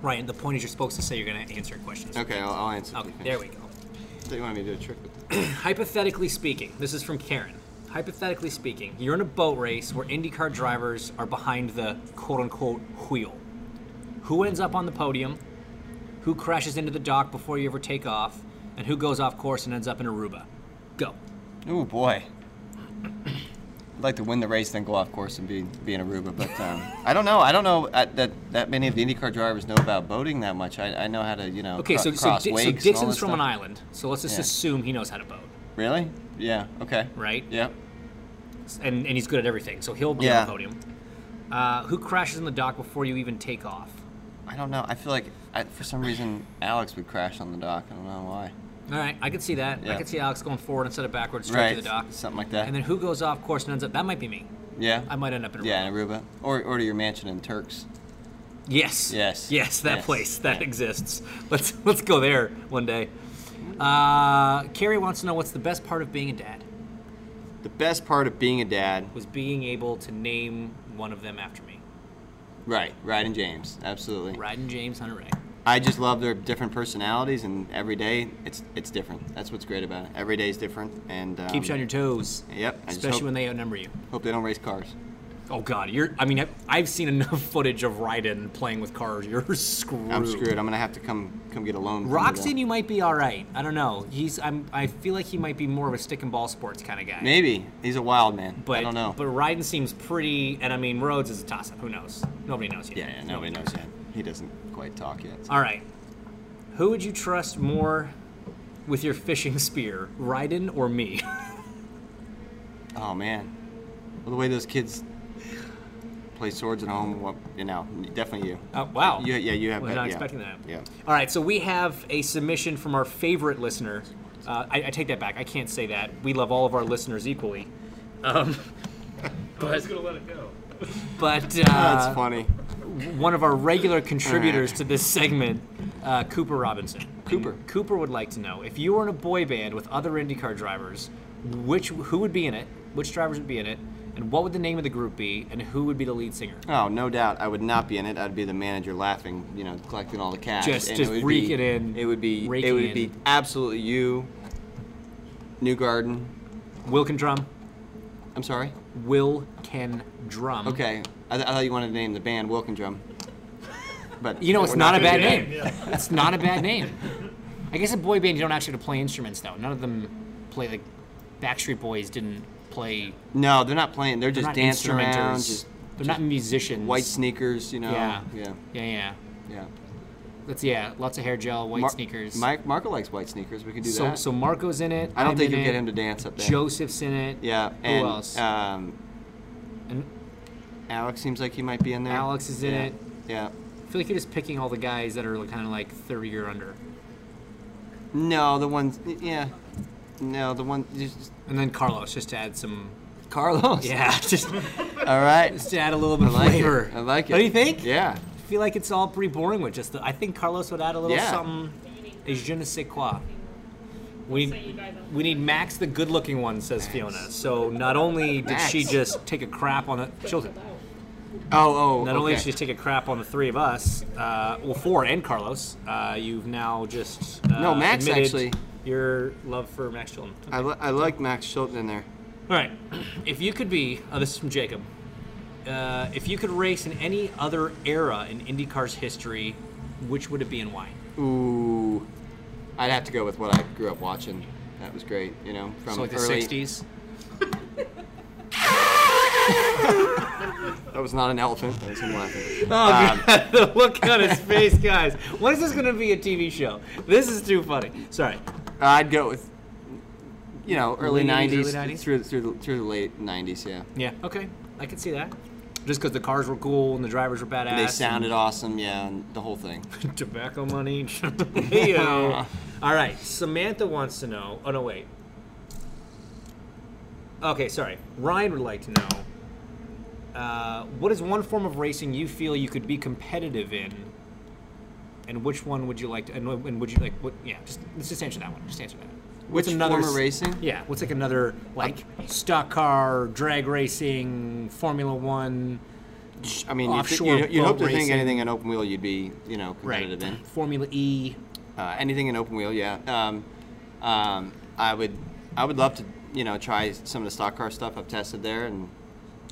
Speaker 1: Ryan, the point is you're supposed to say you're going to answer questions.
Speaker 2: Okay, I'll, I'll answer.
Speaker 1: Okay, there we go.
Speaker 2: go. You wanted me to do a trick? with-
Speaker 1: Hypothetically speaking, this is from Karen. Hypothetically speaking, you're in a boat race where IndyCar drivers are behind the quote unquote wheel. Who ends up on the podium? Who crashes into the dock before you ever take off? And who goes off course and ends up in Aruba? Go.
Speaker 2: Oh boy. I'd like to win the race, then go off course and be be in Aruba. But um, I don't know. I don't know uh, that that many of the IndyCar drivers know about boating that much. I, I know how to you know.
Speaker 1: Okay,
Speaker 2: cro-
Speaker 1: so, so,
Speaker 2: cross
Speaker 1: Di- so
Speaker 2: wakes and all
Speaker 1: Dixon's
Speaker 2: that
Speaker 1: from
Speaker 2: stuff.
Speaker 1: an island, so let's just
Speaker 2: Yeah.
Speaker 1: assume he knows how to boat,
Speaker 2: Really? Yeah. Okay.
Speaker 1: right?
Speaker 2: Yeah.
Speaker 1: And, and he's good at everything, so he'll be
Speaker 2: Yeah.
Speaker 1: on the podium. Uh, who crashes in the dock before you even take off?
Speaker 2: I don't know. I feel like I, for some reason Alex would crash on the dock. I don't know why.
Speaker 1: All right, I could see that. I
Speaker 2: Yeah.
Speaker 1: could see Alex going forward instead of backwards straight to the dock.
Speaker 2: Something like that.
Speaker 1: And then who goes off course and ends up? That might be me.
Speaker 2: yeah.
Speaker 1: I might end up in a
Speaker 2: yeah,
Speaker 1: row.
Speaker 2: in Aruba, or or to your mansion in Turks.
Speaker 1: Yes.
Speaker 2: Yes.
Speaker 1: Yes, that
Speaker 2: Yes.
Speaker 1: place that exists. Let's let's go there one day. Uh, Carrie wants to know what's the best part of being a dad
Speaker 2: The best part of being a dad.
Speaker 1: was being able to name one of them after me.
Speaker 2: Right. Riding James. Absolutely.
Speaker 1: Ryden James Hunter Ray.
Speaker 2: I just love their different personalities, and every day it's it's different. That's what's great about it. Every day is different, and um,
Speaker 1: Keeps you on your toes.
Speaker 2: Yep, I just
Speaker 1: Especially
Speaker 2: hope-
Speaker 1: when they outnumber you.
Speaker 2: Hope they don't race cars.
Speaker 1: Oh God, you're. I mean, I've, I've seen enough [laughs] footage of Ryden playing with cars. You're [laughs] screwed.
Speaker 2: I'm screwed. I'm gonna have to come come get a loan. from the-
Speaker 1: Roxton, you might be all right. I don't know. He's. I'm. I feel like he might be more of a stick and ball sports kind of guy.
Speaker 2: Maybe he's a wild man.
Speaker 1: But
Speaker 2: I don't know.
Speaker 1: But Ryden seems pretty, and I mean Rhodes is a toss-up. Who knows? Nobody knows yet.
Speaker 2: yeah, yeah, nobody knows yet. He doesn't quite talk yet.
Speaker 1: All right. Who would you trust more with your fishing [laughs] spear, Ryden or me? [laughs]
Speaker 2: Oh man, well, the way those kids play swords at home, what you know, definitely you.
Speaker 1: Oh, wow.
Speaker 2: You- yeah, you have.
Speaker 1: Was not
Speaker 2: yeah.
Speaker 1: expecting that.
Speaker 2: Yeah.
Speaker 1: All right. So we have a submission from our favorite listener. Uh, I, I take that back. I can't say that. We love all of our listeners equally.
Speaker 5: [laughs]
Speaker 1: Um,
Speaker 5: I was gonna let it go.
Speaker 1: but uh,
Speaker 2: That's funny. Uh,
Speaker 1: one of our regular contributors to this segment, uh, Cooper Robinson.
Speaker 2: Cooper.
Speaker 1: And Cooper would like to know if you were in a boy band with other IndyCar drivers, which who would be in it, which drivers would be in it, and what would the name of the group be, and who would be the lead singer?
Speaker 2: Oh, no doubt. I would not be in it. I'd be the manager laughing, you know, collecting all the cash.
Speaker 1: Just-
Speaker 2: And
Speaker 1: just
Speaker 2: would
Speaker 1: rake
Speaker 2: be-
Speaker 1: it in,
Speaker 2: It would be.
Speaker 1: rake
Speaker 2: It
Speaker 1: it
Speaker 2: would
Speaker 1: in.
Speaker 2: be absolutely you. New Garden.
Speaker 1: Wilkin Drum.
Speaker 2: I'm sorry.
Speaker 1: Will Ken Drum.
Speaker 2: Okay. I, th- I thought you wanted to name the band Wilkin Drum. But
Speaker 1: You know,
Speaker 2: we're
Speaker 1: it's not, a
Speaker 2: gonna
Speaker 1: bad
Speaker 2: do that.
Speaker 1: name. [laughs] It's not a bad name. I guess a boy band, you don't actually have to play instruments, though. None of them play, like, Backstreet Boys didn't play.
Speaker 2: No, they're not playing. They're
Speaker 1: They're
Speaker 2: just
Speaker 1: not
Speaker 2: dancing around.
Speaker 1: instrumenters.
Speaker 2: Just
Speaker 1: they're not musicians.
Speaker 2: white sneakers. You know.
Speaker 1: Yeah.
Speaker 2: Yeah.
Speaker 1: Yeah, yeah.
Speaker 2: Yeah.
Speaker 1: That's yeah. Lots of hair gel, white
Speaker 2: Mar-
Speaker 1: sneakers.
Speaker 2: Mike Marco likes white sneakers. We could do
Speaker 1: so
Speaker 2: that.
Speaker 1: so Marco's in it.
Speaker 2: I don't
Speaker 1: I'm
Speaker 2: think
Speaker 1: in
Speaker 2: you
Speaker 1: it,
Speaker 2: get him to dance up there.
Speaker 1: Joseph's in it.
Speaker 2: Yeah.
Speaker 1: Who
Speaker 2: And,
Speaker 1: else?
Speaker 2: Um,
Speaker 1: and
Speaker 2: Alex seems like he might be in there.
Speaker 1: Alex is in
Speaker 2: Yeah.
Speaker 1: it.
Speaker 2: Yeah.
Speaker 1: I feel like you're just picking all the guys that are kind of like 30 or under.
Speaker 2: No, the ones. Yeah. No, the one. Just,
Speaker 1: And then Carlos, just to add some. [laughs]
Speaker 2: Carlos.
Speaker 1: Yeah, just,
Speaker 2: [laughs] All right.
Speaker 1: just to add a little bit
Speaker 2: I
Speaker 1: of
Speaker 2: like
Speaker 1: flavor.
Speaker 2: it. I like it.
Speaker 1: What do you think?
Speaker 2: Yeah.
Speaker 1: I feel like it's all pretty boring with just the. I think Carlos would add a little
Speaker 2: Yeah.
Speaker 1: something. Et je ne sais quoi. We need, we need Max, the good-looking one, says Fiona. So not only did
Speaker 2: Max.
Speaker 1: she just take a crap on the children,
Speaker 2: Oh, oh.
Speaker 1: Not only
Speaker 2: okay.
Speaker 1: did you just take a crap on the three of us, uh, well, four and Carlos, uh, you've now just uh,
Speaker 2: No, Max,
Speaker 1: admitted
Speaker 2: actually.
Speaker 1: your love for Max Chilton.
Speaker 2: I, li- I like Max Schultz in there.
Speaker 1: All right, if you could be, oh, this is from Jacob. Uh, if you could race in any other era in IndyCar's history, which would it be and why?
Speaker 2: Ooh. I'd have to go with what I grew up watching. That was great, you know, from
Speaker 1: so like the
Speaker 2: early.
Speaker 1: '60s.
Speaker 2: That was not an elephant. That was him laughing.
Speaker 1: Oh, God, [laughs] the look on his face, guys. When is this going to be a TV show? This is too funny. Sorry.
Speaker 2: I'd go with, you know, early
Speaker 1: Late 80s, early
Speaker 2: '90s,
Speaker 1: 90s?
Speaker 2: through through the, through the late '90s. Yeah.
Speaker 1: Yeah. Okay, I can see that. Just because the cars were cool and the drivers were badass.
Speaker 2: They
Speaker 1: and-
Speaker 2: sounded awesome. Yeah, and the whole thing.
Speaker 1: [laughs] Tobacco money.
Speaker 2: [laughs]
Speaker 1: Leo. All right. Samantha wants to know. Oh no, wait. Okay, sorry. Ryan would like to know uh, what is one form of racing you feel you could be competitive in, and which one would you like to? And, wh- and would you like? What? Yeah, just let's just answer that one. Just answer that.
Speaker 2: Which form of
Speaker 1: s-
Speaker 2: racing?
Speaker 1: Yeah. What's like another like stock car, drag racing, Formula One,
Speaker 2: I mean, you, th-
Speaker 1: Offshore
Speaker 2: you, you hope to
Speaker 1: boat
Speaker 2: think
Speaker 1: racing.
Speaker 2: anything in open wheel you'd be, you know, competitive in.
Speaker 1: Formula E.
Speaker 2: uh, anything in open wheel, yeah. Um, um, I would, I would love to, you know, try some of the stock car stuff I've tested there, and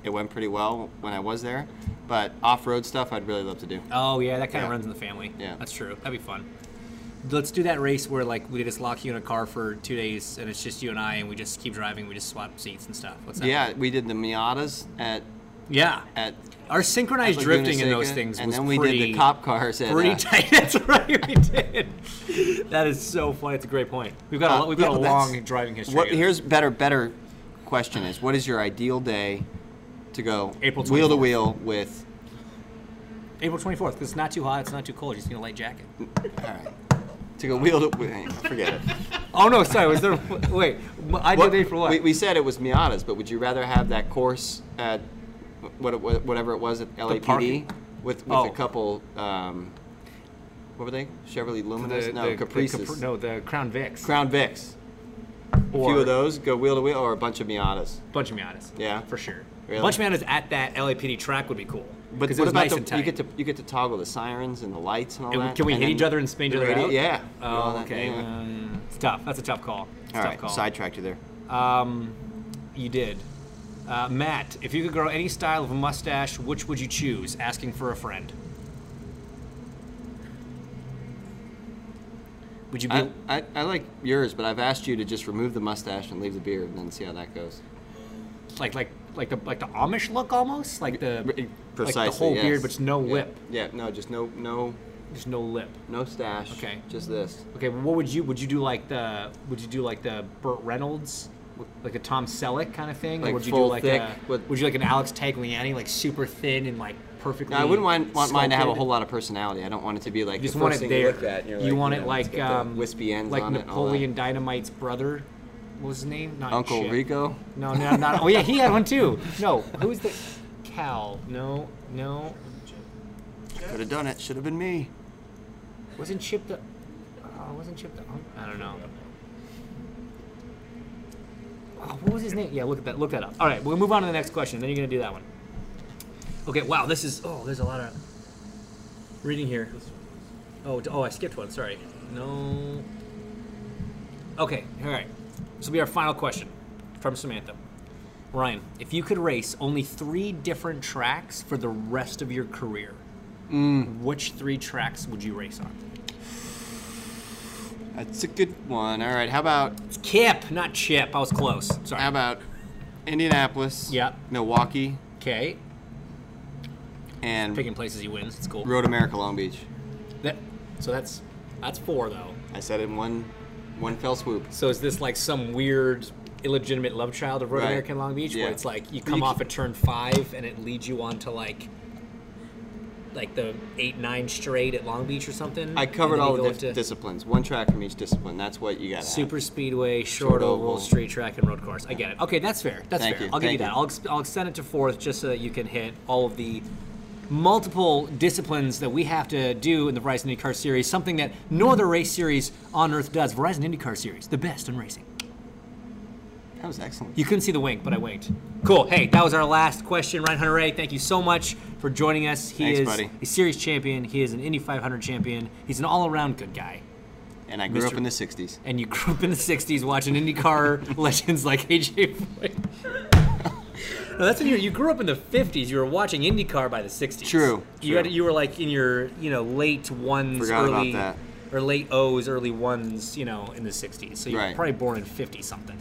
Speaker 2: it went pretty well when I was there. But off-road stuff, I'd really love to do.
Speaker 1: Oh yeah, that kind of
Speaker 2: Yeah.
Speaker 1: runs in the family.
Speaker 2: Yeah.
Speaker 1: that's true. That'd be fun. Let's do that race where like we just lock you in a car for two days and it's just you and I and we just keep driving. We just swap seats and stuff. What's that?
Speaker 2: Yeah, we did the Miatas at
Speaker 1: yeah.
Speaker 2: at.
Speaker 1: Our synchronized
Speaker 2: at
Speaker 1: drifting in those
Speaker 2: Laguna Seca,
Speaker 1: things
Speaker 2: and
Speaker 1: was
Speaker 2: then we
Speaker 1: pretty,
Speaker 2: did the cop cars at.
Speaker 1: pretty [laughs]
Speaker 2: uh,
Speaker 1: tight. That's right, we did. That is so funny. It's a great point. We've got a,
Speaker 2: Uh,
Speaker 1: lo- we've got
Speaker 2: yeah,
Speaker 1: a
Speaker 2: but that's-
Speaker 1: long driving history.
Speaker 2: What,
Speaker 1: of-
Speaker 2: here's better better question is what is your ideal day to go
Speaker 1: April
Speaker 2: wheel to
Speaker 1: 24th.
Speaker 2: wheel with?
Speaker 1: April twenty fourth. It's not too hot. It's not too cold. You just need a light jacket.
Speaker 2: All right, to go wheel to wheel. Forget it.
Speaker 1: Oh no, sorry. Was there? [laughs] Wait, I did
Speaker 2: What-
Speaker 1: April what?
Speaker 2: We, we said it was Miatas, but would you rather have that course at what, what, whatever it was at LAPD
Speaker 1: parking.
Speaker 2: with, with
Speaker 1: Oh.
Speaker 2: a couple? Um, what were they? Chevrolet Luminous? no, Caprices.
Speaker 1: Capri- no, the Crown Vics.
Speaker 2: Crown Vics.
Speaker 1: or,
Speaker 2: A few of those go wheel to wheel, or a bunch of Miatas.
Speaker 1: Bunch of Miatas.
Speaker 2: Yeah.
Speaker 1: for sure.
Speaker 2: Really?
Speaker 1: Bunch of Miatas at that LAPD track would be cool.
Speaker 2: But
Speaker 1: because it
Speaker 2: what
Speaker 1: was
Speaker 2: about
Speaker 1: nice
Speaker 2: the,
Speaker 1: and tight.
Speaker 2: you get to you get to toggle the sirens and the lights and all
Speaker 1: And we-
Speaker 2: that?
Speaker 1: can we
Speaker 2: and
Speaker 1: hit
Speaker 2: then
Speaker 1: each other and spin each
Speaker 2: the
Speaker 1: other
Speaker 2: radio-
Speaker 1: out?
Speaker 2: Yeah. and all
Speaker 1: Oh,
Speaker 2: that,
Speaker 1: okay.
Speaker 2: yeah.
Speaker 1: Um, it's tough. That's a tough call. It's a
Speaker 2: all
Speaker 1: tough
Speaker 2: right,
Speaker 1: call.
Speaker 2: sidetracked you there.
Speaker 1: Um, you did. Uh, Matt, if you could grow any style of mustache, which would you choose? Asking for a friend. Would you be?
Speaker 2: I, I, I like yours, but I've asked you to just remove the mustache and leave the beard, and then see how that goes.
Speaker 1: like like like the like the Amish look almost like the
Speaker 2: Re-
Speaker 1: like the whole
Speaker 2: Uh, yes.
Speaker 1: beard, but it's no
Speaker 2: Yeah.
Speaker 1: lip,
Speaker 2: Yeah, no, just no, no,
Speaker 1: there's no lip.
Speaker 2: no stash.
Speaker 1: Okay.
Speaker 2: just this.
Speaker 1: Okay, well, what would you would you do like the would you do like the Burt Reynolds, like the Tom Selleck kind of thing,
Speaker 2: Like
Speaker 1: or would you
Speaker 2: full
Speaker 1: do like
Speaker 2: thick
Speaker 1: a,
Speaker 2: with-
Speaker 1: would you like an Alex Tagliani like super thin and like perfectly?
Speaker 2: No, I wouldn't want, want mine to have a
Speaker 1: sculpted?
Speaker 2: whole lot of personality. I don't want it to be like
Speaker 1: You just
Speaker 2: the
Speaker 1: want
Speaker 2: first
Speaker 1: it
Speaker 2: thing
Speaker 1: there.
Speaker 2: you look at. and
Speaker 1: you
Speaker 2: you're like,
Speaker 1: want
Speaker 2: you
Speaker 1: it
Speaker 2: know,
Speaker 1: like
Speaker 2: it's got the
Speaker 1: um,
Speaker 2: wispy ends
Speaker 1: like
Speaker 2: on it and all that.
Speaker 1: Napoleon Dynamite's brother. What was his name? Not
Speaker 2: Uncle
Speaker 1: Chip.
Speaker 2: Rico.
Speaker 1: No, no, not. Oh yeah, he had one too. No, who's
Speaker 2: [laughs]
Speaker 1: the Cal? No, no,
Speaker 2: Could have done it. Should have been me.
Speaker 1: Wasn't Chip the? Oh, wasn't Chip the? um, I don't know. Oh, what was his name? Yeah, look at that. Look that up. All right, we'll move on to the next question. Then you're gonna do that one. Okay. Wow. This is. Oh, there's a lot of reading here. Oh. d- Oh, I skipped one. Sorry. No. Okay. All right. This will be our final question from Samantha. Ryan, if you could race only three different tracks for the rest of your career, which three tracks would you race on?
Speaker 2: That's a good one. All right, how about
Speaker 1: Kip, not Chip. I was close. Sorry.
Speaker 2: how about Indianapolis?
Speaker 1: Yeah.
Speaker 2: Milwaukee
Speaker 1: Okay.
Speaker 2: and
Speaker 1: Picking places he wins. It's cool.
Speaker 2: Road America Long Beach.
Speaker 1: That- so that's that's four though.
Speaker 2: I said it in one one fell swoop.
Speaker 1: So is this like some weird illegitimate love child of Road
Speaker 2: Right.
Speaker 1: America in Long Beach
Speaker 2: Yeah.
Speaker 1: where it's like you come
Speaker 2: You
Speaker 1: off at turn five and it leads you on to like like the eight nine straight at Long Beach or something?
Speaker 2: I covered
Speaker 1: And then you
Speaker 2: all the
Speaker 1: go
Speaker 2: dif-
Speaker 1: into
Speaker 2: disciplines. One track from each discipline. That's what you got.
Speaker 1: Super speedway, short,
Speaker 2: Short
Speaker 1: oval,
Speaker 2: oval.
Speaker 1: street track, and road course. I get it. Okay, that's fair. That's
Speaker 2: Thank
Speaker 1: fair.
Speaker 2: you.
Speaker 1: I'll give you
Speaker 2: Thank
Speaker 1: that.
Speaker 2: you.
Speaker 1: I'll, ex- I'll extend it to fourth just so that you can hit all of the multiple disciplines that we have to do in the Verizon IndyCar Series, something that no other race series on earth does. Verizon IndyCar Series, the best in racing.
Speaker 2: That was excellent.
Speaker 1: You couldn't see the wink, but I winked. Cool. Hey, that was our last question. Ryan Hunter Ray, thank you so much for joining us. He
Speaker 2: Thanks,
Speaker 1: is
Speaker 2: buddy.
Speaker 1: a series champion. He is an Indy 500 champion. He's an all-around good guy.
Speaker 2: and I grew
Speaker 1: Mr.
Speaker 2: up in the '60s.
Speaker 1: And you grew up in the 60s watching IndyCar [laughs] legends like AJ Foyt. No, that's when you you grew up in the 50s. You were watching IndyCar by the 60s.
Speaker 2: True,
Speaker 1: You
Speaker 2: true.
Speaker 1: had you were like in your you know late ones,
Speaker 2: Forgot about
Speaker 1: early
Speaker 2: that.
Speaker 1: or late O's, early ones. You know in the 60s. So you're
Speaker 2: Right.
Speaker 1: probably born in 50 something.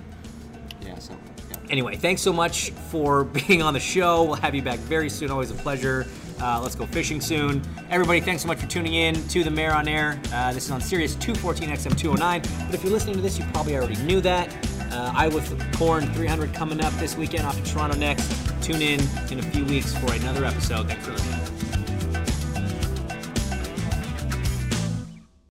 Speaker 2: Yeah. So. Yeah.
Speaker 1: Anyway, thanks so much for [laughs] being on the show. We'll have you back very soon. Always a pleasure. Uh, let's go fishing soon. Everybody, thanks so much for tuning in to the Mare on Air. Uh, this is on Sirius 214 XM 209. But if you're listening to this, you probably already knew that. Uh, I with Corn 300 coming up this weekend off to Toronto next. Tune in in a few weeks for another episode. Thanks for listening.